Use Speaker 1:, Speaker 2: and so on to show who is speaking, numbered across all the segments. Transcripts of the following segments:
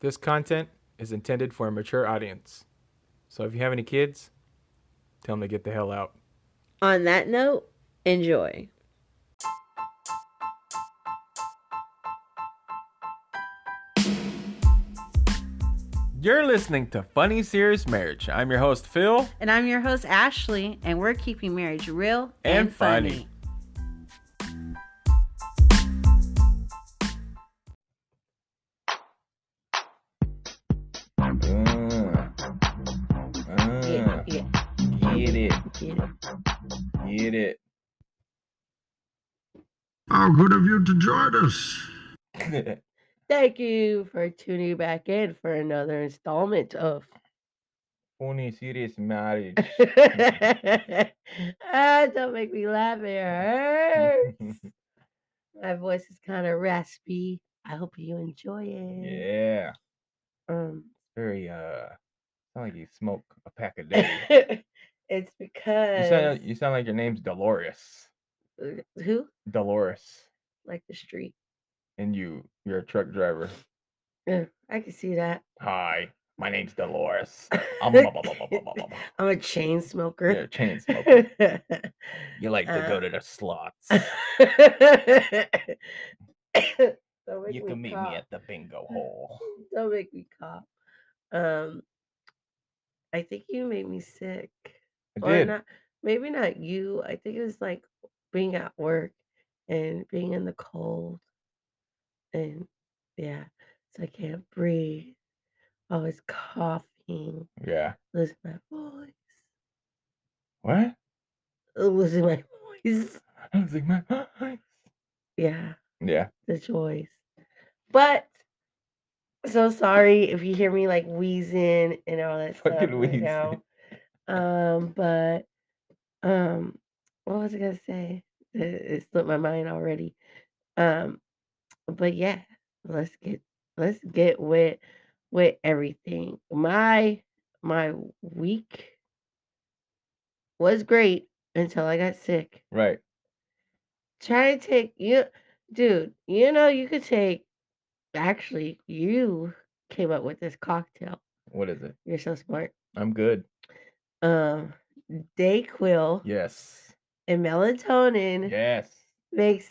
Speaker 1: This content is intended for a mature audience. So if you have any kids, tell them to get the hell out.
Speaker 2: On that note, enjoy.
Speaker 1: You're listening to Funny Serious Marriage. I'm your host, Phil.
Speaker 3: And I'm your host, Ashley, and we're keeping marriage real
Speaker 1: And
Speaker 3: and,
Speaker 1: funny.
Speaker 3: funny.
Speaker 1: Mm.
Speaker 2: Yeah, yeah,
Speaker 1: Get it.
Speaker 2: get it.
Speaker 1: Mm. Get it.
Speaker 4: How good of you to join us.
Speaker 2: Thank you for tuning back in for another installment of.
Speaker 1: Funny Serious Marriage.
Speaker 2: ah, don't make me laugh. It hurts. My voice is kind of raspy. I hope you enjoy it.
Speaker 1: yeah.
Speaker 2: Um,
Speaker 1: Very, uh, sound like you smoke a pack a day.
Speaker 2: it's
Speaker 1: You
Speaker 2: because
Speaker 1: sound, you sound like your name's Dolores.
Speaker 2: uh, who
Speaker 1: Dolores.
Speaker 2: like the street.
Speaker 1: And you, you're a truck driver.
Speaker 2: Yeah, I can see that.
Speaker 1: Hi, my name's Dolores. Um, blah, blah, blah, blah, blah, blah, blah, blah.
Speaker 2: I'm a chain smoker.
Speaker 1: You're a chain smoker. You like to go
Speaker 2: Uh,
Speaker 1: to the slots.
Speaker 2: Don't make
Speaker 1: You
Speaker 2: me
Speaker 1: can meet
Speaker 2: cough.
Speaker 1: me at the bingo hole.
Speaker 2: Don't make me cough. Um, I think you made me sick.
Speaker 1: I did.
Speaker 2: not maybe not you. I think it was like being at work and being in the cold. And yeah, so I can't breathe. Always coughing,
Speaker 1: Yeah.
Speaker 2: losing my voice,
Speaker 1: What?
Speaker 2: losing my voice.
Speaker 1: I was like, my.
Speaker 2: Yeah.
Speaker 1: Yeah.
Speaker 2: the choice. But so sorry if you hear me like wheezing and all that stuff
Speaker 1: Fucking
Speaker 2: right now. Um, but um, what was I gonna say? It, it slipped my mind already. Um, but yeah, let's get let's get with with everything. My my week was great until I got sick
Speaker 1: Right.
Speaker 2: try to take you dude you know you could take actually you came up with this cocktail
Speaker 1: What is it?
Speaker 2: you're so smart
Speaker 1: I'm good.
Speaker 2: um dayquil
Speaker 1: Yes.
Speaker 2: and melatonin
Speaker 1: Yes.
Speaker 2: makes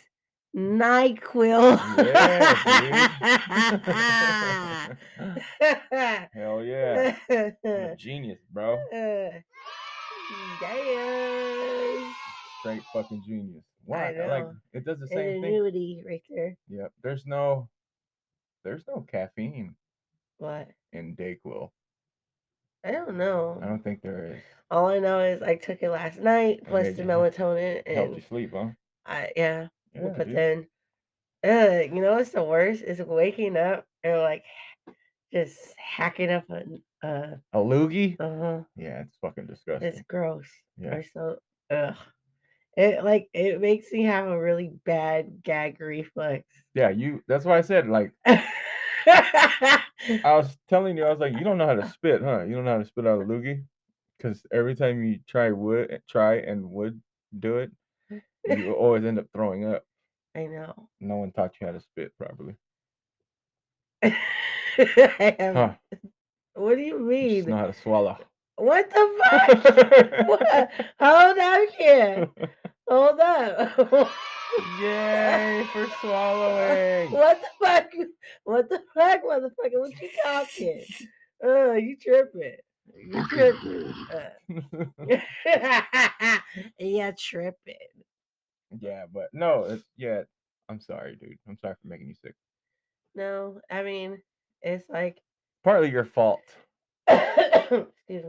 Speaker 2: nyquil
Speaker 1: Yeah, dude. Hell yeah. I'm a genius, bro.
Speaker 2: Yes.
Speaker 1: Straight fucking genius.
Speaker 2: I
Speaker 1: Why? Like
Speaker 2: know.
Speaker 1: it does the same thing.
Speaker 2: Annuity right there.
Speaker 1: Yep. There's no there's no caffeine
Speaker 2: What?
Speaker 1: in Dayquil.
Speaker 2: I don't know.
Speaker 1: I don't think there is.
Speaker 2: All I know is I took it last night,
Speaker 1: That
Speaker 2: plus
Speaker 1: made
Speaker 2: the
Speaker 1: you-
Speaker 2: melatonin,
Speaker 1: Helps you
Speaker 2: and
Speaker 1: sleep, huh?
Speaker 2: I yeah.
Speaker 1: Yeah,
Speaker 2: but
Speaker 1: dude.
Speaker 2: then, uh, you know what's the worst is waking up and like just hacking up on uh
Speaker 1: A loogie?
Speaker 2: uh huh.
Speaker 1: Yeah, it's fucking disgusting.
Speaker 2: It's gross.
Speaker 1: yeah.
Speaker 2: Or so ugh. It like it makes me have a really bad gag reflex.
Speaker 1: Yeah, you that's why I said like
Speaker 2: I
Speaker 1: I was telling you, I was like, you don't know how to spit, huh? You don't know how to spit out a loogie, because every time you try would try and would do it, you always end up throwing up.
Speaker 2: know.
Speaker 1: No one taught you how to spit properly.
Speaker 2: I have-
Speaker 1: Huh?
Speaker 2: What do
Speaker 1: You
Speaker 2: you
Speaker 1: just
Speaker 2: mean?
Speaker 1: know how to swallow.
Speaker 2: What the fuck? What? Hold up here. Hold up.
Speaker 1: Yay for swallowing!
Speaker 2: what the fuck? What the fuck, motherfucker? What you talking? Oh, you tripping. You tripping. Uh, yeah, tripping.
Speaker 1: yeah, but no, it's, yeah. I'm sorry, dude. I'm sorry for making you sick.
Speaker 2: No, I mean, it's like,
Speaker 1: Partly your fault,
Speaker 2: excuse me.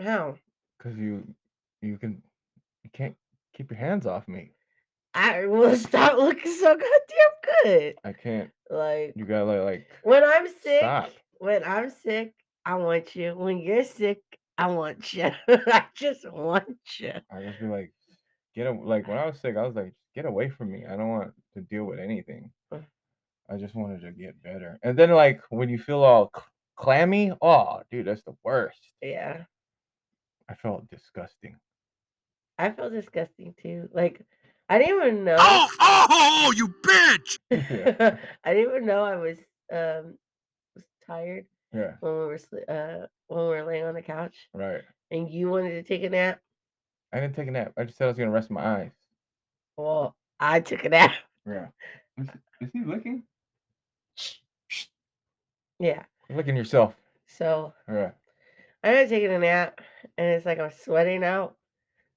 Speaker 2: How?
Speaker 1: cause you you can you can't keep your hands off me.
Speaker 2: I will stop looking so goddamn good.
Speaker 1: I can't.
Speaker 2: Like,
Speaker 1: You gotta like.
Speaker 2: When I'm sick,
Speaker 1: Stop.
Speaker 2: when I'm sick, I want you. When you're sick, I want you. I just want you.
Speaker 1: I just be like, get a, like when I was sick, I was like, get away from me. I don't want to deal with anything.
Speaker 2: Uh.
Speaker 1: I just wanted to get better. And then like when you feel all cl- clammy, oh dude, that's the worst.
Speaker 2: Yeah,
Speaker 1: I felt disgusting.
Speaker 2: I feel disgusting too. Like I didn't even know.
Speaker 4: Oh, oh, oh, you bitch!
Speaker 1: Yeah.
Speaker 2: I didn't even know I was um tired
Speaker 1: Yeah.
Speaker 2: when we were sli- uh when we were laying on the couch
Speaker 1: Right.
Speaker 2: and you wanted to take a nap.
Speaker 1: I didn't take a nap. I just said I was gonna rest my eyes.
Speaker 2: Well, I took a nap.
Speaker 1: Yeah. Is, is he looking?
Speaker 2: Yeah.
Speaker 1: Looking yourself.
Speaker 2: So
Speaker 1: Yeah.
Speaker 2: I ended up taking a nap and it's like I'm sweating out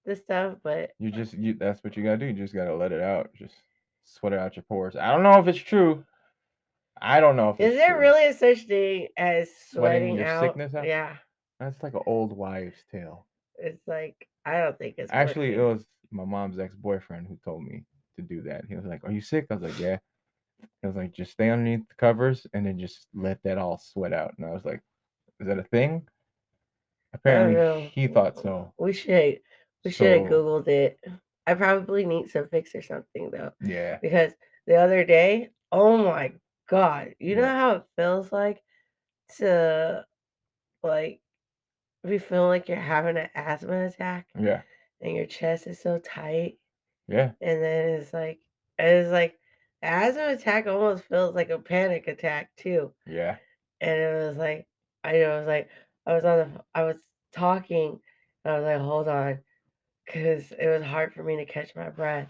Speaker 2: this stuff, but
Speaker 1: You just you. That's what you gotta do. You just gotta let it out. Just sweat it out your pores. I don't know if it's true. I don't know if
Speaker 2: is
Speaker 1: it's
Speaker 2: there
Speaker 1: true.
Speaker 2: really a such thing as
Speaker 1: Sweating
Speaker 2: sweating,
Speaker 1: your
Speaker 2: out?
Speaker 1: sickness out?
Speaker 2: Yeah.
Speaker 1: That's like an old wives' tale.
Speaker 2: It's like I don't think it's
Speaker 1: Actually, uh, it
Speaker 2: working.
Speaker 1: was my mom's ex-boyfriend who told me to do that. He was like, "Are you sick?" I was like, "Yeah." He was like, "Just stay underneath the covers and then just let that all sweat out." And I was like, "Is that a thing?" Apparently,
Speaker 2: know.
Speaker 1: he thought so.
Speaker 2: we should Oh, we should have
Speaker 1: So-
Speaker 2: googled it. I probably need some fix or something though.
Speaker 1: Yeah.
Speaker 2: because the other day, oh my god, you know
Speaker 1: What?
Speaker 2: how it feels like to like be feeling like you're having an asthma attack
Speaker 1: Yeah.
Speaker 2: and your chest is so tight,
Speaker 1: Yeah.
Speaker 2: and then it's like it's like asthma attack almost feels like a panic attack too,
Speaker 1: Yeah.
Speaker 2: and it was like I know it was like I was on the ph- I was talking and I was like hold on because it was hard for me to catch my breath.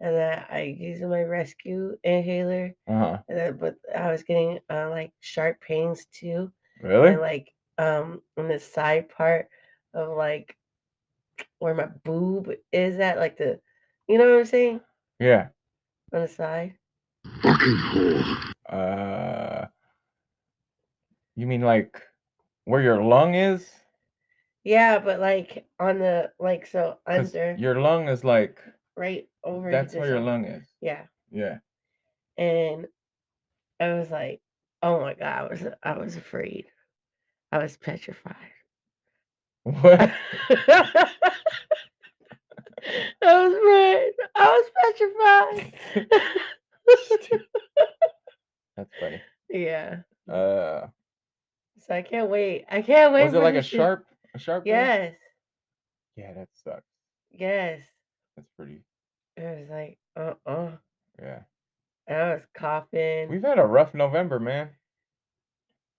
Speaker 2: And then I used my rescue inhaler
Speaker 1: Uh huh.
Speaker 2: and then, but I was getting uh, like sharp pains too,
Speaker 1: Really?
Speaker 2: and like um on the side part of like where my boob is at, like the, you know what I'm saying,
Speaker 1: Yeah.
Speaker 2: on the side.
Speaker 4: Fucking whore.
Speaker 1: Uh. You mean like where your lung is?
Speaker 2: Yeah, but like on the like so
Speaker 1: 'Cause
Speaker 2: under
Speaker 1: Your lung is like
Speaker 2: right over.
Speaker 1: that's where
Speaker 2: this
Speaker 1: your
Speaker 2: one.
Speaker 1: lung is.
Speaker 2: Yeah,
Speaker 1: Yeah.
Speaker 2: and I was like, oh my god, I was I was afraid, I was petrified.
Speaker 1: What?
Speaker 2: I was afraid. I was petrified.
Speaker 1: That's funny.
Speaker 2: yeah.
Speaker 1: Uh.
Speaker 2: So I can't wait. I can't wait.
Speaker 1: Was it
Speaker 2: for
Speaker 1: like a
Speaker 2: this shit.
Speaker 1: sharp? A sharp? pain?
Speaker 2: Yes.
Speaker 1: Yeah, that sucks.
Speaker 2: Yes.
Speaker 1: That's pretty.
Speaker 2: It was like, uh uh
Speaker 1: Yeah.
Speaker 2: And I was coughing.
Speaker 1: We've had a rough November, man.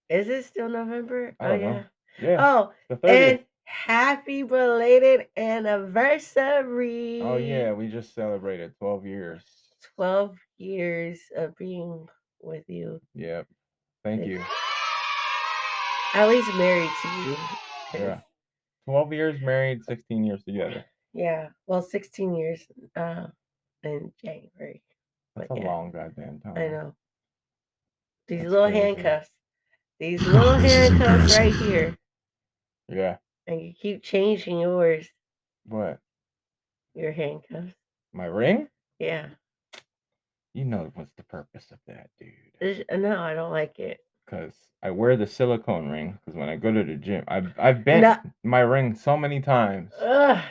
Speaker 2: Is it still November?
Speaker 1: I
Speaker 2: oh,
Speaker 1: don't know.
Speaker 2: yeah.
Speaker 1: Yeah.
Speaker 2: Oh,
Speaker 1: the
Speaker 2: and
Speaker 1: thirtieth.
Speaker 2: happy belated anniversary.
Speaker 1: Oh yeah, we just celebrated twelve years.
Speaker 2: 12 years of being with you.
Speaker 1: Yep. Thank
Speaker 2: Thank
Speaker 1: you.
Speaker 2: At least married to you. 'cause
Speaker 1: Yeah. Twelve years married, sixteen years together.
Speaker 2: Yeah, well, 16 years uh, in January.
Speaker 1: That's a
Speaker 2: But yeah,
Speaker 1: long goddamn time.
Speaker 2: I know. These
Speaker 1: That's
Speaker 2: little
Speaker 1: crazy.
Speaker 2: handcuffs. These little handcuffs right here.
Speaker 1: Yeah.
Speaker 2: And you keep changing yours,
Speaker 1: What?
Speaker 2: your handcuffs.
Speaker 1: My ring?
Speaker 2: Yeah.
Speaker 1: You know what's the purpose of that, dude?
Speaker 2: This- uh, no, I don't like it.
Speaker 1: Because I wear the silicone ring. Because when I go to the gym, I've I've bent
Speaker 2: No.
Speaker 1: my ring so many times,
Speaker 2: Ugh,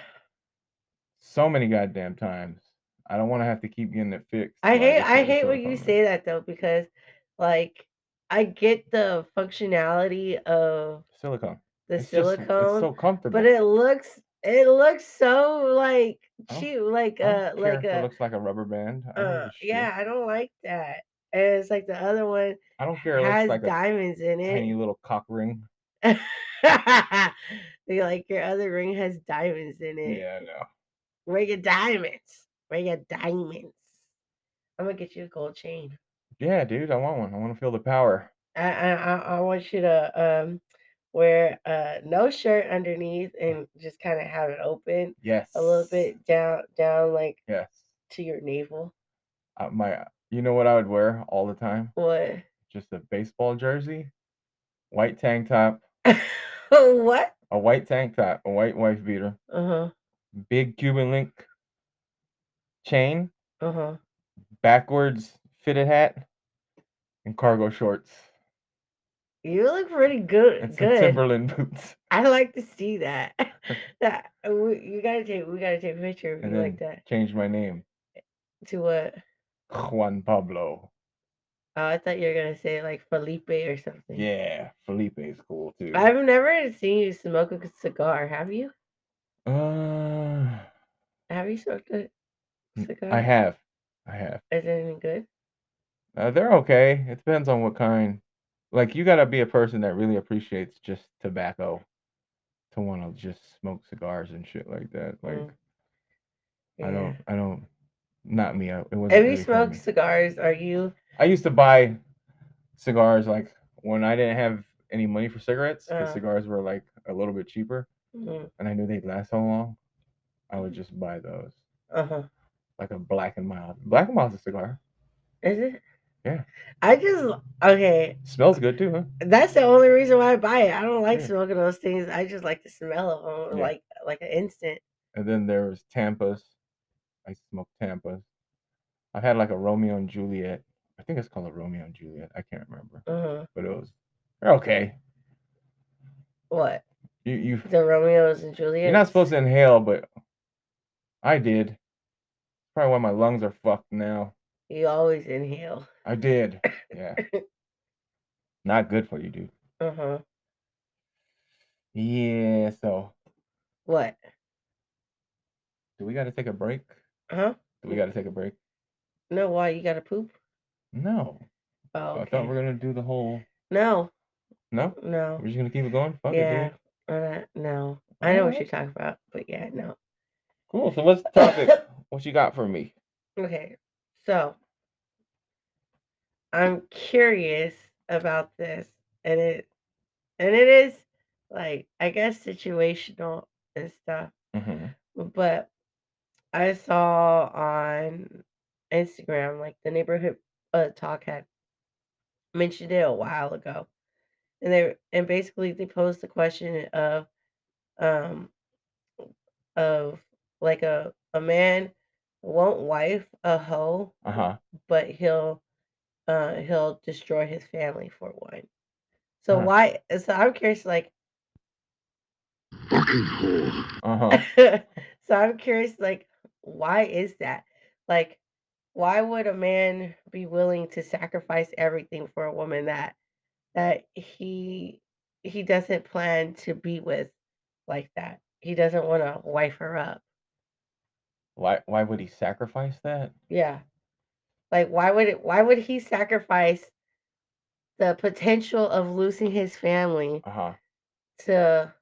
Speaker 1: so many goddamn times. I don't want to have to keep getting it fixed.
Speaker 2: I
Speaker 1: so
Speaker 2: hate
Speaker 1: just wear
Speaker 2: I
Speaker 1: the
Speaker 2: hate when you
Speaker 1: silicone
Speaker 2: say
Speaker 1: ring.
Speaker 2: that though because like I get the functionality of
Speaker 1: Silicone.
Speaker 2: the
Speaker 1: It's just-
Speaker 2: silicone.
Speaker 1: it's so comfortable.
Speaker 2: but it looks it looks so like
Speaker 1: I don't-
Speaker 2: cheap like
Speaker 1: I
Speaker 2: uh
Speaker 1: don't care if
Speaker 2: like
Speaker 1: it
Speaker 2: a
Speaker 1: looks like a rubber band. I don't give
Speaker 2: uh,
Speaker 1: a shit.
Speaker 2: yeah i don't like that and it's like the other one
Speaker 1: I don't care. It looks
Speaker 2: has
Speaker 1: like a
Speaker 2: diamonds in
Speaker 1: tiny
Speaker 2: it
Speaker 1: little cock ring.
Speaker 2: They like your other ring has diamonds in it
Speaker 1: Yeah, I know.
Speaker 2: where your diamonds where your diamonds i'm gonna get you a gold chain
Speaker 1: Yeah, dude, I want one. I want to feel the power.
Speaker 2: i i i I want you to um wear uh no shirt underneath and just kind of have it open
Speaker 1: Yes.
Speaker 2: a little bit down down like
Speaker 1: Yes.
Speaker 2: to your navel
Speaker 1: Uh, my, you know what I would wear all the time?
Speaker 2: What?
Speaker 1: Just a baseball jersey, white tank top,
Speaker 2: what?
Speaker 1: a white tank top, a white wife beater,
Speaker 2: Uh huh.
Speaker 1: big Cuban link chain,
Speaker 2: Uh huh.
Speaker 1: uh-huh. backwards fitted hat, and cargo shorts
Speaker 2: You look pretty good.
Speaker 1: and some
Speaker 2: good.
Speaker 1: Timberland boots.
Speaker 2: I like to see that. that uh, we, you gotta take. We gotta take a picture of
Speaker 1: And
Speaker 2: you
Speaker 1: then
Speaker 2: like that.
Speaker 1: change my name,
Speaker 2: To what?
Speaker 1: Juan Pablo.
Speaker 2: Oh, I thought you were gonna say like Felipe or something.
Speaker 1: Yeah, Felipe is cool too.
Speaker 2: I've never seen you smoke a cigar. Have you?
Speaker 1: Uh,
Speaker 2: Have you smoked a
Speaker 1: Mm,
Speaker 2: cigar?
Speaker 1: I have. I have.
Speaker 2: Is it any good?
Speaker 1: Uh, they're okay. It depends on what kind. like you gotta be a person that really appreciates just tobacco to want to just smoke cigars and shit like that. Like
Speaker 2: Mm.
Speaker 1: I
Speaker 2: Yeah.
Speaker 1: don't, I don't. Not me. I, it wasn't.
Speaker 2: Have
Speaker 1: really
Speaker 2: you
Speaker 1: for
Speaker 2: smoked
Speaker 1: me.
Speaker 2: cigars? Are you?
Speaker 1: I used to buy cigars like when I didn't have any money for cigarettes. 'cause
Speaker 2: Uh.
Speaker 1: cigars were like a little bit cheaper,
Speaker 2: Mm,
Speaker 1: and I knew they'd last so long. I would just buy those,
Speaker 2: Uh-huh.
Speaker 1: like a Black and Mild. Black and Mild's a cigar.
Speaker 2: Is it?
Speaker 1: Yeah.
Speaker 2: I just okay.
Speaker 1: Smells good too, huh?
Speaker 2: That's the only reason why I buy it. I don't like
Speaker 1: Yeah.
Speaker 2: smoking those things. I just like the smell of them,
Speaker 1: Mm. Yeah.
Speaker 2: like like an instant.
Speaker 1: And then there was Tampa's. I smoked Tampa's. I've had like a Romeo and Juliet. I think it's called a Romeo and Juliet. I can't remember,
Speaker 2: Uh-huh.
Speaker 1: but it was they're okay.
Speaker 2: What
Speaker 1: You you
Speaker 2: the Romeos and Juliet?
Speaker 1: You're not supposed to inhale, but I did. Probably why my lungs are fucked now.
Speaker 2: You always inhale.
Speaker 1: I did. Yeah. not good for you, dude.
Speaker 2: Uh huh.
Speaker 1: Yeah, so
Speaker 2: What?
Speaker 1: do we gotta take a break?
Speaker 2: Huh?
Speaker 1: Do we gotta take a break?
Speaker 2: No, why you gotta poop?
Speaker 1: No.
Speaker 2: Oh,
Speaker 1: I thought
Speaker 2: okay.
Speaker 1: we are gonna do the whole
Speaker 2: no,
Speaker 1: No?
Speaker 2: no.
Speaker 1: We're just gonna keep it going? Fuck
Speaker 2: yeah,
Speaker 1: it, dude.
Speaker 2: uh, no. I know what
Speaker 1: Alright.
Speaker 2: you're talking about, but yeah, no.
Speaker 1: Cool. So what's the topic? what you got for me?
Speaker 2: Okay, so I'm curious about this, and it and it is like I guess situational and stuff,
Speaker 1: hmm
Speaker 2: but I saw on Instagram like the neighborhood uh, talk had mentioned it a while ago, and they and basically they posed the question of um of like a a man won't wife a hoe
Speaker 1: Uh-huh.
Speaker 2: but he'll uh he'll destroy his family for one. So
Speaker 1: Huh.
Speaker 2: why so I'm curious like
Speaker 4: Fucking whore.
Speaker 1: Uh-huh.
Speaker 2: so I'm curious like why is that? Like why would a man be willing to sacrifice everything for a woman that that he he doesn't plan to be with like that? He doesn't want to wife her up.
Speaker 1: Why why would he sacrifice that?
Speaker 2: Yeah. Like why would it why would he sacrifice the potential of losing his family
Speaker 1: Uh-huh.
Speaker 2: to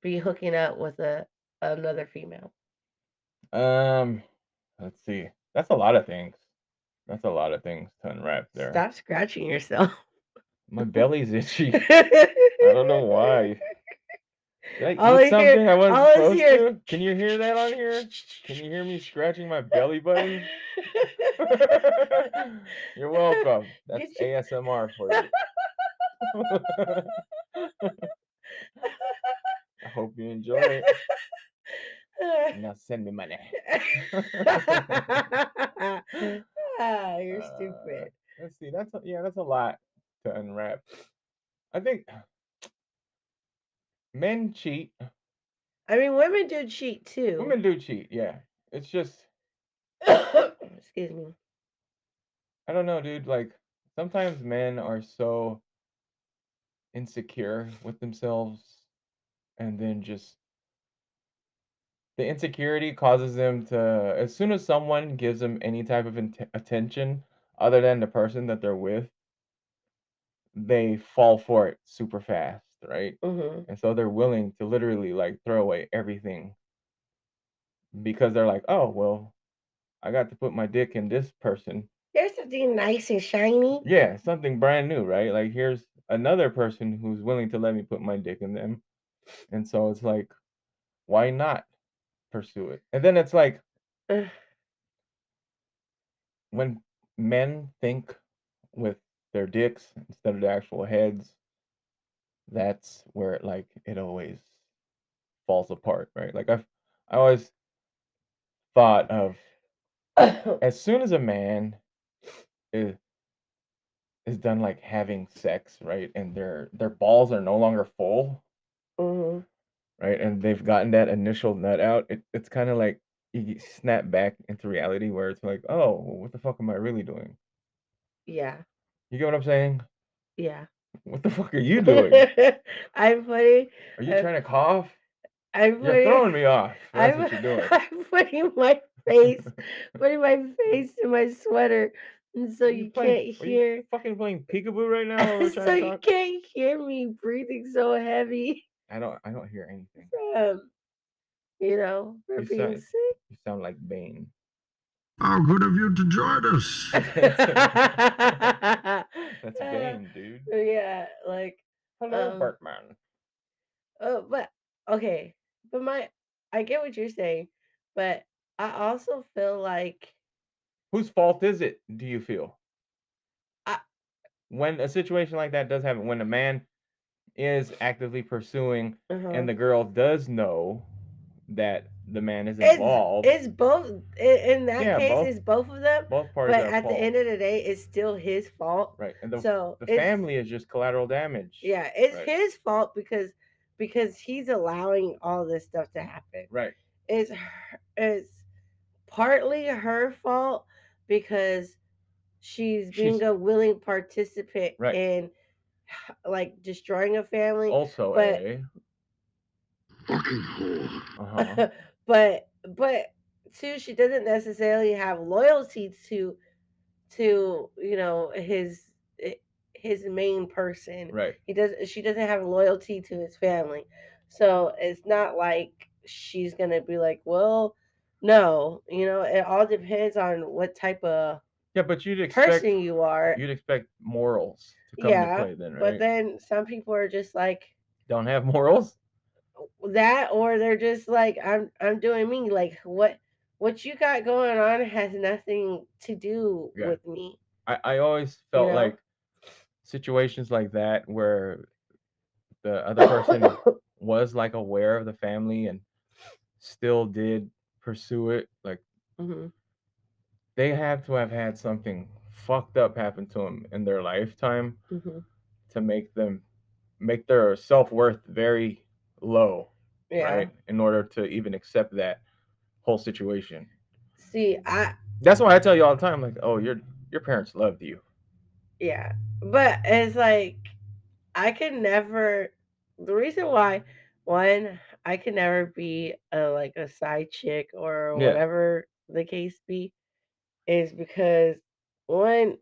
Speaker 2: be hooking up with a another female?
Speaker 1: Um let's see. That's a lot of things. That's a lot of things to unwrap there.
Speaker 2: Stop scratching yourself.
Speaker 1: My belly's itchy. I
Speaker 2: I
Speaker 1: don't know why. Did
Speaker 2: All
Speaker 1: I
Speaker 2: I
Speaker 1: eat
Speaker 2: hear-
Speaker 1: something I wasn't
Speaker 2: all I
Speaker 1: supposed
Speaker 2: hear is-
Speaker 1: to? Can you hear that on
Speaker 2: Ah,
Speaker 1: here? Can you hear me scratching my belly button? You're welcome. That's
Speaker 2: Get your-
Speaker 1: ASMR for you. I hope you enjoy it. Now send me money.
Speaker 2: ah, you're
Speaker 1: Uh,
Speaker 2: stupid.
Speaker 1: Let's see. That's a, yeah. That's a lot to unwrap. I think men cheat.
Speaker 2: I mean, women do cheat too.
Speaker 1: Women do cheat. Yeah. It's just
Speaker 2: Excuse me.
Speaker 1: I don't know, dude. Like sometimes men are so insecure with themselves, and then just the insecurity causes them to. As soon as someone gives them any type of int- attention other than the person that they're with, they fall for it super fast, right?
Speaker 2: hmm
Speaker 1: And so they're willing to literally like throw away everything because they're like, oh well, I got to put my dick in this person
Speaker 2: There's something nice and shiny.
Speaker 1: yeah, something brand new, right? Like here's another person who's willing to let me put my dick in them. And so it's like, why not pursue it? And then it's like
Speaker 2: Ugh.
Speaker 1: when men think with their dicks instead of their actual heads, that's where it like it always falls apart, right? Like I've I always thought of as soon as a man is is done like having sex, right, and their their balls are no longer full,
Speaker 2: Mhm.
Speaker 1: right, and they've gotten that initial nut out, it, it's kind of like you get snap back into reality where it's like, oh, what the fuck am I really doing?
Speaker 2: Yeah,
Speaker 1: You get what I'm saying?
Speaker 2: yeah.
Speaker 1: What the fuck are you doing? Are
Speaker 2: I'm putting.
Speaker 1: you
Speaker 2: Uh,
Speaker 1: trying to cough?
Speaker 2: I'm
Speaker 1: You're
Speaker 2: putting.
Speaker 1: throwing me off. That's
Speaker 2: I'm,
Speaker 1: what you're doing.
Speaker 2: I'm putting my face, putting my face in my sweater And so you,
Speaker 1: playing-
Speaker 2: can't
Speaker 1: are you
Speaker 2: hear.
Speaker 1: fucking playing peekaboo right now. while Oh, we're trying
Speaker 2: so
Speaker 1: to
Speaker 2: you
Speaker 1: talk?
Speaker 2: can't hear me breathing so heavy
Speaker 1: I don't. I don't hear anything.
Speaker 2: from, you know, from
Speaker 1: You
Speaker 2: being
Speaker 1: sound-
Speaker 2: sick.
Speaker 1: You sound like Bane.
Speaker 4: How good of you to join us.
Speaker 1: That's
Speaker 2: Uh,
Speaker 1: Bane, dude.
Speaker 2: Yeah, like
Speaker 1: Hello,
Speaker 2: um,
Speaker 1: Bergman.
Speaker 2: oh, but okay, but my I get what you're saying, but I also feel like
Speaker 1: Whose fault is it? Do you feel?
Speaker 2: I-
Speaker 1: when a situation like that does happen, when a man is actively pursuing
Speaker 2: uh-huh.
Speaker 1: and the girl does know that the man is
Speaker 2: It's-
Speaker 1: involved,
Speaker 2: it's both i- in that
Speaker 1: Yeah,
Speaker 2: case
Speaker 1: both-
Speaker 2: it's both of them.
Speaker 1: both
Speaker 2: But
Speaker 1: parties are
Speaker 2: at
Speaker 1: fault,
Speaker 2: the end of the day, it's still his fault.
Speaker 1: right? And the,
Speaker 2: so
Speaker 1: the
Speaker 2: it's-
Speaker 1: family is just collateral damage.
Speaker 2: Yeah, it's
Speaker 1: Right.
Speaker 2: his fault because because he's allowing all this stuff to happen.
Speaker 1: Right.
Speaker 2: It's her- it's partly her fault because she's being
Speaker 1: She's-
Speaker 2: a willing participant
Speaker 1: Right. Oh,
Speaker 2: in like destroying a family.
Speaker 1: Also,
Speaker 2: but-
Speaker 1: a
Speaker 4: Fucking whore.
Speaker 1: uh-huh.
Speaker 2: but but too she doesn't necessarily have loyalty to to you know his eh, his main person
Speaker 1: right.
Speaker 2: he doesn't she doesn't have loyalty to his family so it's not like she's gonna be like well no you know it all depends on what type of
Speaker 1: Yeah, but you'd expect
Speaker 2: person you are
Speaker 1: you'd expect morals to come
Speaker 2: Yeah,
Speaker 1: into play then, right?
Speaker 2: but then some people are just like
Speaker 1: Don't have morals.
Speaker 2: that or they're just like i'm i'm doing me like what what you got going on has nothing to do
Speaker 1: Yeah.
Speaker 2: with me
Speaker 1: I, I always felt
Speaker 2: know?
Speaker 1: like situations like that where the other person was like aware of the family and still did pursue it, like
Speaker 2: Mhm.
Speaker 1: they have to have had something fucked up happen to them in their lifetime
Speaker 2: Mhm.
Speaker 1: to make them make their self worth very low,
Speaker 2: yeah
Speaker 1: right? In order to even accept that whole situation.
Speaker 2: see i
Speaker 1: That's why I tell you all the time, like, oh, your your parents loved you.
Speaker 2: Yeah. But it's like I can never the reason why one, I can never be a like a side chick or
Speaker 1: Yeah.
Speaker 2: whatever the case be is because one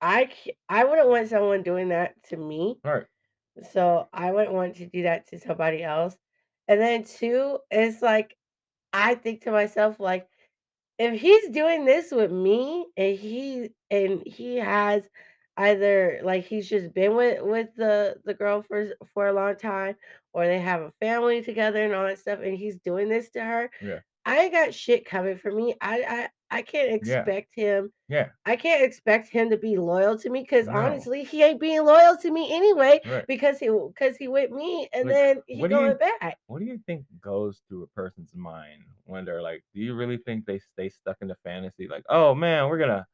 Speaker 2: I c- I wouldn't want someone doing that to me.
Speaker 1: All right.
Speaker 2: So I wouldn't want to do that to somebody else. And then two, it's like I think to myself, like, if he's doing this with me and he and he has either like he's just been with with the the girl for s- for a long time or they have a family together and all that stuff and he's doing this to her
Speaker 1: Yeah.
Speaker 2: i ain't got shit coming for me i i i can't
Speaker 1: Yeah.
Speaker 2: expect him
Speaker 1: Yeah.
Speaker 2: i can't expect him to be loyal to me because
Speaker 1: No.
Speaker 2: honestly he ain't being loyal to me anyway
Speaker 1: Right.
Speaker 2: because he because he with me and
Speaker 1: Like,
Speaker 2: then he
Speaker 1: what do you-
Speaker 2: going back.
Speaker 1: What do you think goes through a person's mind when they're like, do you really think they stay stuck in the fantasy? Like, oh man, we're gonna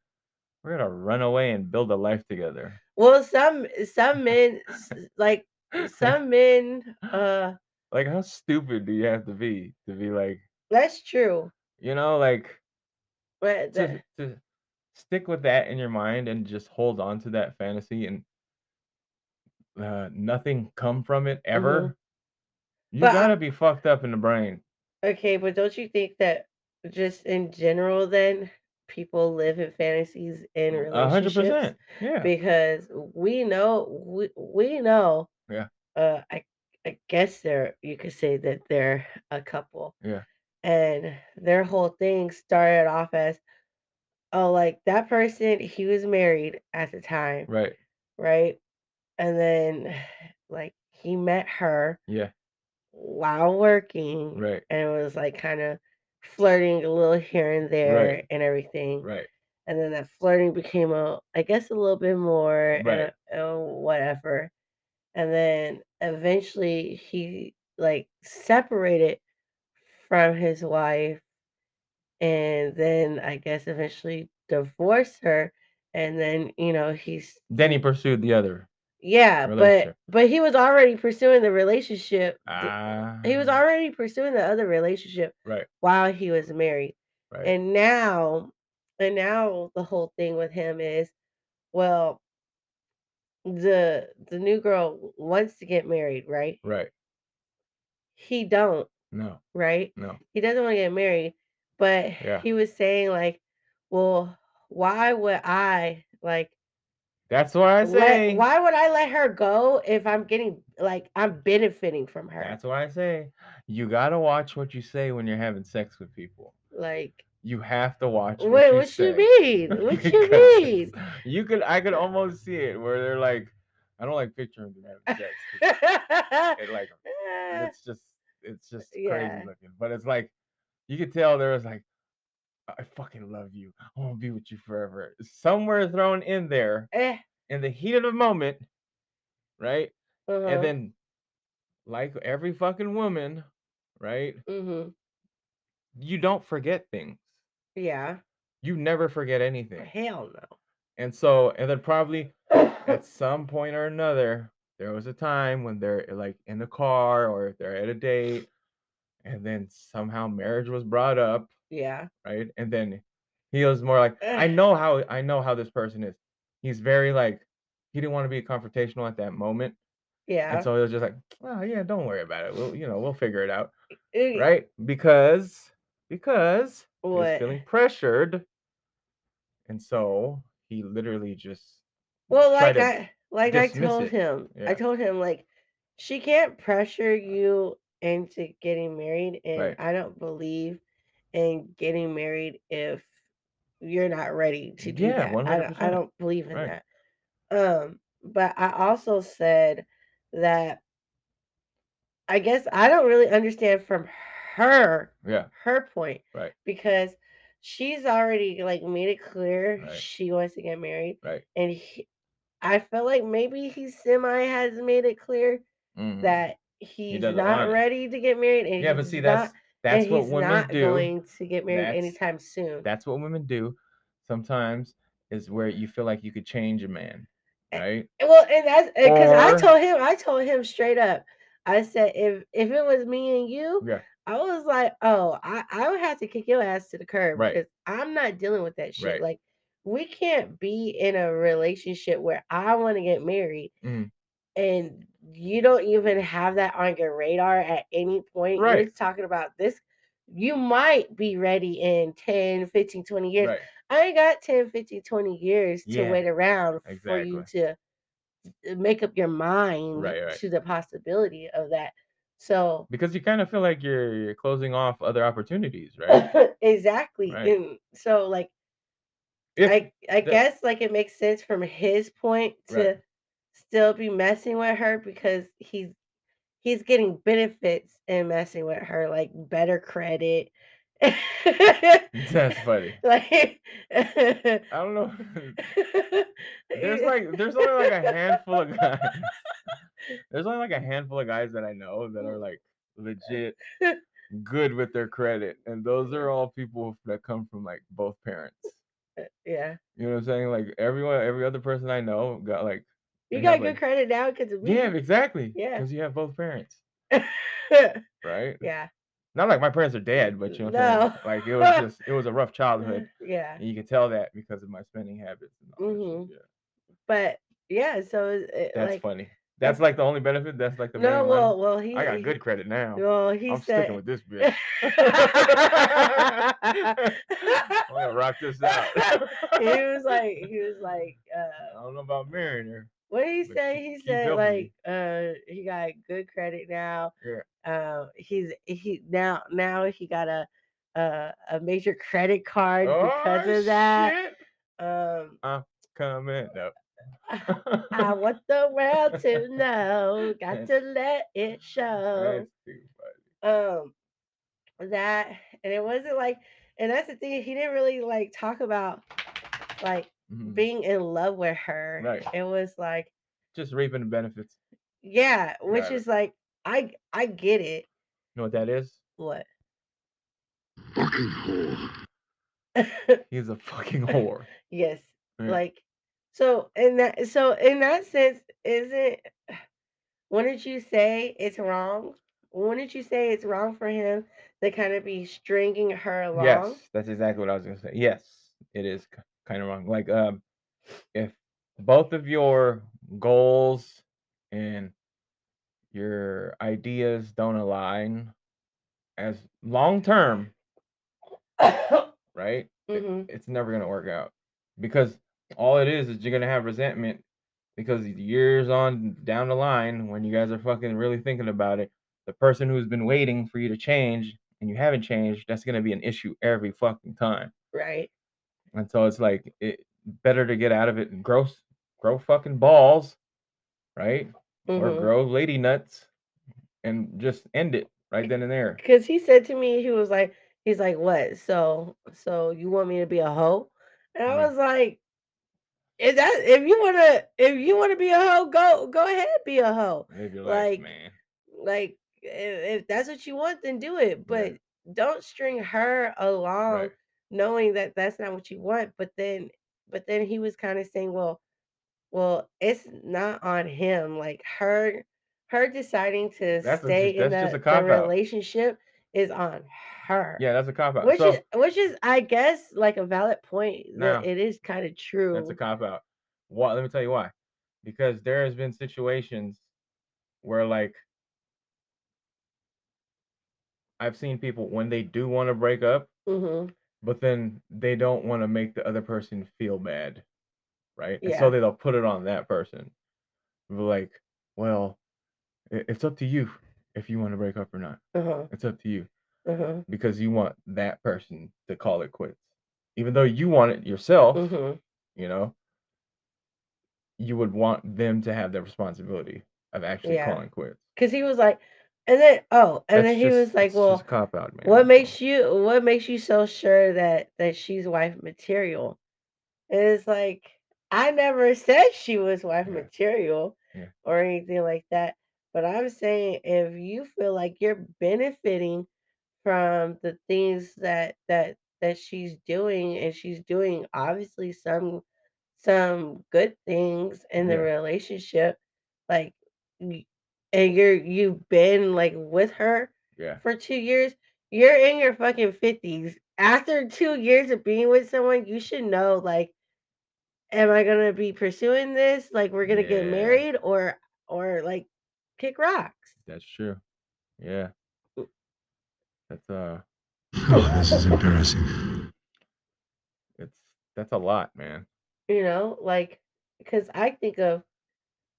Speaker 1: we're gonna run away and build a life together.
Speaker 2: Well, some some men s- like some men. Uh,
Speaker 1: Like, how stupid do you have to be to be like,
Speaker 2: that's true.
Speaker 1: you know, like
Speaker 2: But
Speaker 1: to,
Speaker 2: the,
Speaker 1: to stick with that in your mind and just hold on to that fantasy and uh, nothing come from it ever. You
Speaker 2: Mm-hmm. But I-
Speaker 1: gotta be fucked up in the brain.
Speaker 2: okay, but don't you think that just in general, then people live in fantasies in
Speaker 1: A hundred
Speaker 2: relationships?
Speaker 1: percent. Yeah.
Speaker 2: because we know we, we know
Speaker 1: Yeah.
Speaker 2: uh i i guess they're you could say that they're a couple
Speaker 1: Yeah.
Speaker 2: and their whole thing started off as oh like that person he was married at the time
Speaker 1: Right.
Speaker 2: right and then like he met her
Speaker 1: Yeah.
Speaker 2: while working
Speaker 1: Right.
Speaker 2: and it was like kind of flirting a little here and there and everything
Speaker 1: Right.
Speaker 2: and then that flirting became a i guess a little bit more
Speaker 1: Right.
Speaker 2: and uh, whatever and then eventually he like separated from his wife and then i guess eventually divorced her and then you know he's
Speaker 1: Then he pursued the other.
Speaker 2: yeah but
Speaker 1: Relationship.
Speaker 2: but he was already pursuing the relationship th-
Speaker 1: Ah.
Speaker 2: he was already pursuing the other relationship
Speaker 1: Right.
Speaker 2: while he was married
Speaker 1: Right.
Speaker 2: and now and now the whole thing with him is well the the new girl wants to get married right
Speaker 1: right.
Speaker 2: he don't
Speaker 1: No.
Speaker 2: right
Speaker 1: No.
Speaker 2: he doesn't want to get married but
Speaker 1: Yeah.
Speaker 2: he was saying like well why would I like
Speaker 1: That's what I
Speaker 2: let-
Speaker 1: say.
Speaker 2: why would I let her go if I'm getting like I'm benefiting from her?
Speaker 1: That's what I say. You gotta watch what you say when you're having sex with people.
Speaker 2: like
Speaker 1: You have to watch.
Speaker 2: wait,
Speaker 1: what you,
Speaker 2: what you
Speaker 1: say.
Speaker 2: mean? What you
Speaker 1: Because
Speaker 2: mean?
Speaker 1: You could, I could almost see it where they're like, I don't like picturing them having sex. 'cause It like it's just, it's just
Speaker 2: yeah.
Speaker 1: crazy looking. But it's like, you could tell there was like, I fucking love you. I want to be with you forever. Somewhere thrown in there
Speaker 2: Eh,
Speaker 1: in the heat of the moment, right?
Speaker 2: uh-huh,
Speaker 1: And then, like every fucking woman, right?
Speaker 2: mhm,
Speaker 1: You don't forget things.
Speaker 2: yeah,
Speaker 1: You never forget anything.
Speaker 2: hell no.
Speaker 1: And so, and then probably at some point or another, there was a time when they're eh, like in the car or if they're at a date, and then somehow marriage was brought up,
Speaker 2: yeah,
Speaker 1: right? And then he was more like, I
Speaker 2: Ugh.
Speaker 1: know how I know how this person is. He's very like he didn't want to be confrontational at that moment,
Speaker 2: yeah,
Speaker 1: and so he was just like, oh yeah, don't worry about it. We'll you know we'll figure it out,
Speaker 2: Eh,
Speaker 1: right? Because because he was
Speaker 2: What?
Speaker 1: feeling pressured, and so he literally just
Speaker 2: Well,
Speaker 1: try
Speaker 2: like
Speaker 1: to
Speaker 2: I like I
Speaker 1: dismiss
Speaker 2: told
Speaker 1: it.
Speaker 2: him,
Speaker 1: Yeah.
Speaker 2: I told him like she can't pressure you into getting married, and
Speaker 1: Right.
Speaker 2: I don't believe in getting married if you're not ready to do
Speaker 1: Yeah,
Speaker 2: that. I don't, I
Speaker 1: 100%.
Speaker 2: don't believe in
Speaker 1: Right.
Speaker 2: that. Um, but I also said that I guess I don't really understand from her
Speaker 1: yeah.
Speaker 2: her point,
Speaker 1: Right.
Speaker 2: Because she's already like made it clear
Speaker 1: Right.
Speaker 2: she wants to get married,
Speaker 1: Right.
Speaker 2: And he, I feel like maybe he semi has made it clear
Speaker 1: Mhm.
Speaker 2: that he's
Speaker 1: doesn't
Speaker 2: not
Speaker 1: want it.
Speaker 2: ready to get married, and
Speaker 1: yeah, but
Speaker 2: he's
Speaker 1: see,
Speaker 2: not-
Speaker 1: that's
Speaker 2: and
Speaker 1: that's what
Speaker 2: he's
Speaker 1: women
Speaker 2: not
Speaker 1: do.
Speaker 2: going to get married
Speaker 1: That's-
Speaker 2: anytime soon.
Speaker 1: That's what women do. Sometimes is where you feel like you could change a man,
Speaker 2: Eh,
Speaker 1: right?
Speaker 2: Well, and that's because I
Speaker 1: Or-
Speaker 2: told him, I told him straight up. I said, if if it was me and you,
Speaker 1: Yeah.
Speaker 2: I was like, oh, I I would have to kick your ass to the curb
Speaker 1: Right.
Speaker 2: because I'm not dealing with that shit.
Speaker 1: Right.
Speaker 2: Like, we can't be in a relationship where I want to get married
Speaker 1: Mhm.
Speaker 2: and you don't even have that on your radar at any point. You're
Speaker 1: Right.
Speaker 2: talking about this. You might be ready in 10, 15, 20 years.
Speaker 1: Right.
Speaker 2: I ain't got 10, 15, 20 years to
Speaker 1: Yeah,
Speaker 2: wait around for you to uh, make up your mind
Speaker 1: Right, right.
Speaker 2: to the possibility of that. So,
Speaker 1: Because you kind of feel like you're you're closing off other opportunities, right?
Speaker 2: exactly.
Speaker 1: Right.
Speaker 2: And so, like,
Speaker 1: If-
Speaker 2: I, I
Speaker 1: the-
Speaker 2: guess, like, it makes sense from his point to
Speaker 1: Right.
Speaker 2: still be messing with her because he's. He's getting benefits and messing with her, like better credit.
Speaker 1: that's funny.
Speaker 2: like,
Speaker 1: I don't know. there's like there's only like a handful of guys. There's only like a handful of guys that I know that are like legit good with their credit, and those are all people that come from like both parents.
Speaker 2: yeah.
Speaker 1: You know what I'm saying? Like everyone, every other person I know got like,
Speaker 2: You
Speaker 1: They
Speaker 2: got
Speaker 1: have,
Speaker 2: good
Speaker 1: like-
Speaker 2: credit now because of
Speaker 1: yeah, exactly,
Speaker 2: Yeah.
Speaker 1: because you have both parents,
Speaker 2: weed.
Speaker 1: right?
Speaker 2: yeah.
Speaker 1: Not like my parents are dead, but you know, what I'm saying?
Speaker 2: No.
Speaker 1: like it was just, it was a rough childhood,
Speaker 2: Mm-hmm. Yeah.
Speaker 1: and you can tell that because of my spending habits. And all that shit,
Speaker 2: Mhm.
Speaker 1: yeah.
Speaker 2: But yeah, so it- it,
Speaker 1: That's
Speaker 2: like
Speaker 1: funny. That's like the only benefit. That's like the
Speaker 2: no,
Speaker 1: main
Speaker 2: well,
Speaker 1: one.
Speaker 2: well, he
Speaker 1: I got
Speaker 2: he-
Speaker 1: good credit now.
Speaker 2: Well, he
Speaker 1: I'm
Speaker 2: said.
Speaker 1: sticking with this bitch. I'm gonna rock this out.
Speaker 2: he was like, he was like,
Speaker 1: I
Speaker 2: uh,
Speaker 1: don't know about marrying her.
Speaker 2: what did he
Speaker 1: But
Speaker 2: say?
Speaker 1: keep-
Speaker 2: He
Speaker 1: keep
Speaker 2: said
Speaker 1: helping
Speaker 2: like,
Speaker 1: me.
Speaker 2: uh, he got good credit now.
Speaker 1: Yeah.
Speaker 2: Um, he's he now now he got a a, a major credit card because
Speaker 1: Oh,
Speaker 2: of that.
Speaker 1: shit.
Speaker 2: Um,
Speaker 1: Comment. No.
Speaker 2: I want the world to know. Got to let it show.
Speaker 1: That's too funny.
Speaker 2: Um, that and it wasn't like, and that's the thing. He didn't really like talk about like
Speaker 1: Mhm.
Speaker 2: being in love with her.
Speaker 1: Right.
Speaker 2: It was like,
Speaker 1: Just reaping the benefits.
Speaker 2: yeah, which
Speaker 1: Got it.
Speaker 2: is like, I I get it.
Speaker 1: You know what that is?
Speaker 2: What?
Speaker 4: Fucking whore.
Speaker 1: He's a fucking whore.
Speaker 2: yes.
Speaker 1: Yeah.
Speaker 2: Like, so in that so in that sense, is it? Wouldn't you say it's wrong? Wouldn't you say it's wrong for him to kind of be stringing her along?
Speaker 1: Yes, that's exactly what I was gonna say. Yes, it is kind of wrong. Like, um, if both of your goals and your ideas don't align as long term, right?
Speaker 2: Mhm. Mm-hmm,
Speaker 1: It's never gonna work out. because all it is is you're gonna have resentment because years on down the line when you guys are fucking really thinking about it the person who's been waiting for you to change and you haven't changed that's gonna be an issue every fucking time
Speaker 2: Right.
Speaker 1: and so it's like it better to get out of it and grow s- grow fucking balls right or
Speaker 2: Mhm.
Speaker 1: grow lady nuts and just end it right then and there
Speaker 2: Cause he said to me, he was like, he's like, what? So, so you want me to be a hoe? And I
Speaker 1: Mhm.
Speaker 2: was like, if that, if you wanna, if you wanna be a hoe, go, go ahead, be a hoe.
Speaker 1: live your life
Speaker 2: Like,
Speaker 1: man
Speaker 2: Like, i- if, if that's what you want, then do it. But
Speaker 1: Right.
Speaker 2: don't string her along,
Speaker 1: Right.
Speaker 2: knowing that that's not what you want. But then, but then he was kind of saying, well, well, it's not on him. Like her, her deciding to
Speaker 1: That's a-
Speaker 2: stay in
Speaker 1: that's just
Speaker 2: the,
Speaker 1: a
Speaker 2: the
Speaker 1: cop-out.
Speaker 2: relationship is on her.
Speaker 1: yeah that's a cop out
Speaker 2: Which
Speaker 1: so
Speaker 2: is, which is, I guess, like a valid point that
Speaker 1: No.
Speaker 2: it is kind of true.
Speaker 1: that's a cop out why let me tell you why because there has been situations where like i've seen people when they do want to break up
Speaker 2: Mhm.
Speaker 1: but then they don't want to make the other person feel bad, right? And
Speaker 2: Yeah.
Speaker 1: so they'll put it on that person. Be Like, well, i- it's up to you if you want to break up or not.
Speaker 2: Uh-huh.
Speaker 1: It's up to you
Speaker 2: Uh-huh.
Speaker 1: because you want that person to call it quits, even though you want it yourself.
Speaker 2: Mhm.
Speaker 1: You know, you would want them to have the responsibility of actually
Speaker 2: Yeah.
Speaker 1: calling quits.
Speaker 2: Cause he was like, and then oh, and then he was like, well,
Speaker 1: cop out, man.
Speaker 2: what
Speaker 1: that's
Speaker 2: makes
Speaker 1: all."
Speaker 2: you what makes you so sure that that she's wife material and it's like i never said she was wife
Speaker 1: Yeah.
Speaker 2: material
Speaker 1: Yeah.
Speaker 2: or anything like that but i'm saying if you feel like you're benefiting from the things that that that she's doing and she's doing obviously some some good things in the
Speaker 1: Yeah.
Speaker 2: relationship like y- and you're you've been like with her
Speaker 1: Yeah,
Speaker 2: for two years, you're in your fucking fifties. After two years of being with someone, you should know like, am I gonna be pursuing this? Like we're gonna get
Speaker 1: Yeah.
Speaker 2: married or or like kick rocks.
Speaker 1: that's true. Yeah,
Speaker 2: Oop.
Speaker 1: that's uh.
Speaker 4: Oh, this is embarrassing.
Speaker 1: it's that's a lot, man.
Speaker 2: You know, like because I think of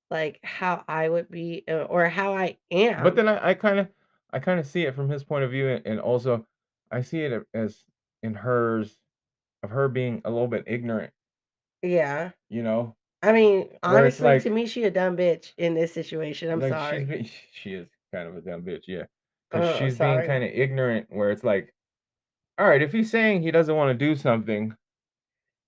Speaker 2: like how I would be uh, or how I am.
Speaker 1: But then I kind of I kind of see it from his point of view, and, and also I see it a- as in hers of her being a little bit ignorant,
Speaker 2: yeah.
Speaker 1: you know.
Speaker 2: I mean,
Speaker 1: Where it's
Speaker 2: honestly, to
Speaker 1: like-
Speaker 2: me, she a dumb bitch in this situation. I'm
Speaker 1: Like,
Speaker 2: sorry.
Speaker 1: she's been, she is kind of a dumb bitch, yeah. Because
Speaker 2: Oh, I'm
Speaker 1: she's
Speaker 2: sorry.
Speaker 1: being kind of ignorant, where it's like, all right, if he's saying he doesn't want to do something,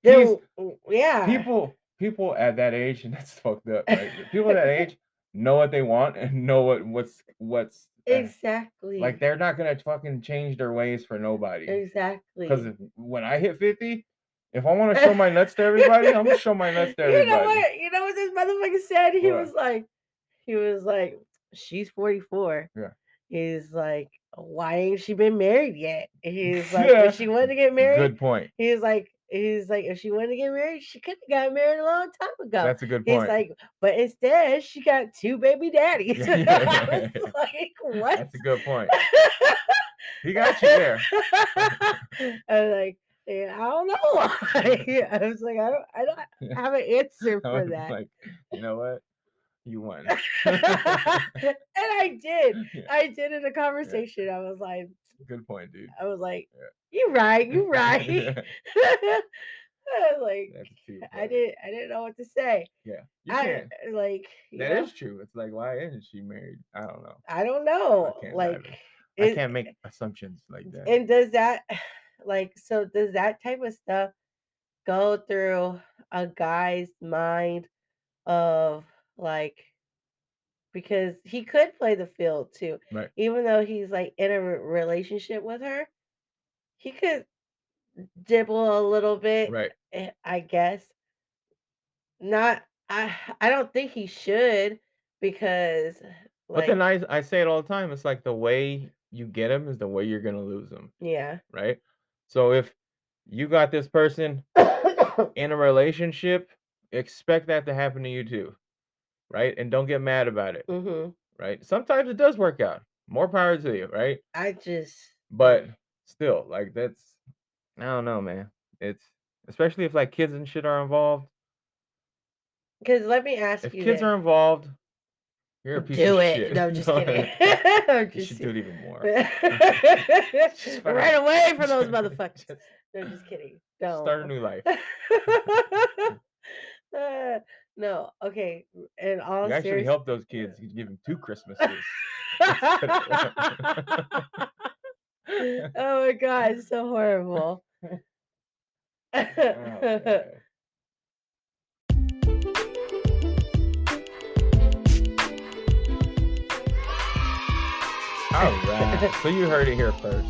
Speaker 2: Then,
Speaker 1: he's-
Speaker 2: w- yeah.
Speaker 1: people people at that age, and that's fucked up. Right? people at that age know what they want and know what what's what's uh,
Speaker 2: exactly.
Speaker 1: like. They're not gonna fucking change their ways for nobody.
Speaker 2: Exactly.
Speaker 1: Because when I hit 50, if I want to show my nuts to everybody, I'm going to show my nuts to everybody.
Speaker 2: You know what? You know what this motherfucker said? He
Speaker 1: What?
Speaker 2: was like, he was like, she's 44.
Speaker 1: Yeah.
Speaker 2: He's like, why ain't she been married yet? He's like,
Speaker 1: Yeah.
Speaker 2: if she wanted to get married,
Speaker 1: Good point.
Speaker 2: he's like, he's like, if she wanted to get married, she could have got married a long time ago.
Speaker 1: That's a good
Speaker 2: he's
Speaker 1: point.
Speaker 2: like, but instead, she got two baby daddies.
Speaker 1: Yeah, yeah,
Speaker 2: I
Speaker 1: yeah,
Speaker 2: was like, what?
Speaker 1: That's a good point. He got you there.
Speaker 2: I'm like, yeah, I don't know. why." I was like, I don't, I don't have an answer
Speaker 1: I
Speaker 2: for
Speaker 1: was
Speaker 2: that.
Speaker 1: Like, you know what? You won.
Speaker 2: and I did.
Speaker 1: Yeah,
Speaker 2: I did in a conversation. I was like,
Speaker 1: good point, dude.
Speaker 2: I was like,
Speaker 1: Yeah.
Speaker 2: you right, you right.
Speaker 1: Yeah,
Speaker 2: I was like,
Speaker 1: That's too
Speaker 2: I
Speaker 1: funny.
Speaker 2: didn't, I didn't know what to say.
Speaker 1: Yeah. You
Speaker 2: I
Speaker 1: can.
Speaker 2: like, you
Speaker 1: That
Speaker 2: know,
Speaker 1: is true. It's like, why isn't she married? I don't know.
Speaker 2: I don't know.
Speaker 1: can't
Speaker 2: like,
Speaker 1: either. I
Speaker 2: it-
Speaker 1: can't make assumptions like that.
Speaker 2: and does that like so does that type of stuff go through a guy's mind of like because he could play the field too
Speaker 1: Right.
Speaker 2: even though he's like in a re- relationship with her he could dibble a little bit
Speaker 1: right.
Speaker 2: eh, i guess not i i don't think he should because
Speaker 1: But
Speaker 2: like
Speaker 1: then I, I say it all the time. It's like the way you get them is the way you're going to lose them.
Speaker 2: yeah
Speaker 1: right? So if you got this person
Speaker 4: Oh,
Speaker 1: in a relationship, expect that to happen to you too, right? And don't get mad about it,
Speaker 2: hmm
Speaker 1: right? Sometimes it does work out. More power to you, right?
Speaker 2: i just
Speaker 1: But still, like that's I don't know, man. It's especially if like kids and shit are involved.
Speaker 2: Because let me ask
Speaker 1: If
Speaker 2: you.
Speaker 1: kids
Speaker 2: this.
Speaker 1: are involved, you're a piece
Speaker 2: do
Speaker 1: of
Speaker 2: it.
Speaker 1: shit.
Speaker 2: No, I'm just
Speaker 1: You know?
Speaker 2: kidding. I'm
Speaker 1: you
Speaker 2: just
Speaker 1: should do it even more.
Speaker 2: kidding.
Speaker 1: Just fucking-
Speaker 2: right away from those
Speaker 1: just-
Speaker 2: motherfuckers.
Speaker 1: just
Speaker 2: No, just kidding. Don't.
Speaker 1: Start a new life.
Speaker 2: Uh, no, okay. And all
Speaker 1: You actually
Speaker 2: serious-
Speaker 1: help those kids. You give them two Christmases.
Speaker 2: oh my god, it's so horrible.
Speaker 1: Oh, man. All right. So you heard it here first.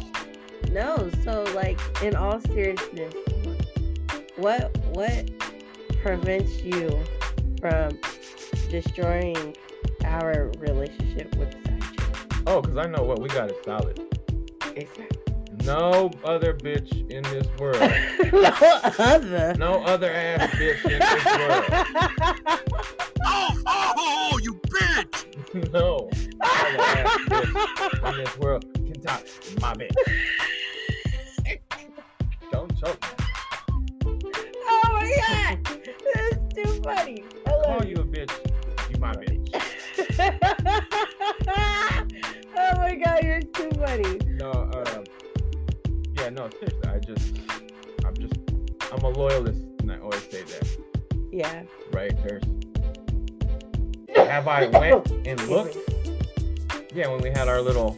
Speaker 2: no, so like in all seriousness, what what prevents you from destroying our relationship with the side chick?
Speaker 1: Oh, because I know what we got is solid.
Speaker 2: Exactly.
Speaker 1: No other bitch in this world.
Speaker 2: no other.
Speaker 1: No other ass bitch in this
Speaker 4: Oh, oh, oh, you bitch!
Speaker 1: world. No other ass bitch in this world can top my bitch. Don't choke. me.
Speaker 2: Oh my Oh god, that's too funny. I
Speaker 1: Call
Speaker 2: love you.
Speaker 1: you a bitch. You my bitch.
Speaker 2: oh my god, you're too funny.
Speaker 1: No, uh, yeah, no, seriously, I just, I'm just, I'm a loyalist, and I always say that,
Speaker 2: Yeah.
Speaker 1: right? There's, have I went and looked? Yeah, when we had our little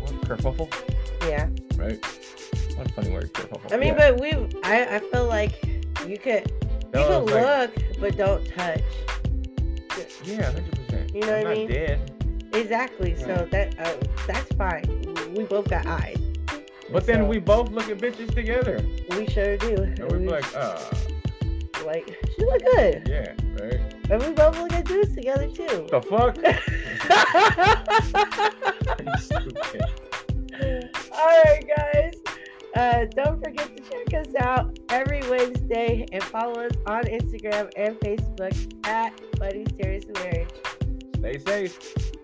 Speaker 1: what, kerfuffle,
Speaker 2: Yeah.
Speaker 1: right? What a funny word, kerfuffle.
Speaker 2: I mean,
Speaker 1: Yeah,
Speaker 2: but we, I, I feel like you could, you
Speaker 1: that
Speaker 2: could
Speaker 1: was like-
Speaker 2: look, but don't touch.
Speaker 1: yeah, hundred percent.
Speaker 2: You know
Speaker 1: I'm
Speaker 2: what I mean?
Speaker 1: Not dead.
Speaker 2: Exactly. So that, uh, that's fine. We both got eyes.
Speaker 1: But then
Speaker 2: So-
Speaker 1: we both look at bitches together,
Speaker 2: We sure do.
Speaker 1: and we're like, uh,
Speaker 2: like, she look good,
Speaker 1: yeah, right?
Speaker 2: and we both look at dudes together too.
Speaker 1: The fuck?
Speaker 2: All
Speaker 1: You stupid.
Speaker 2: right, guys. Uh, don't forget to check us out every Wednesday and follow us on Instagram and Facebook at Buddy Serious Marriage.
Speaker 1: Stay safe.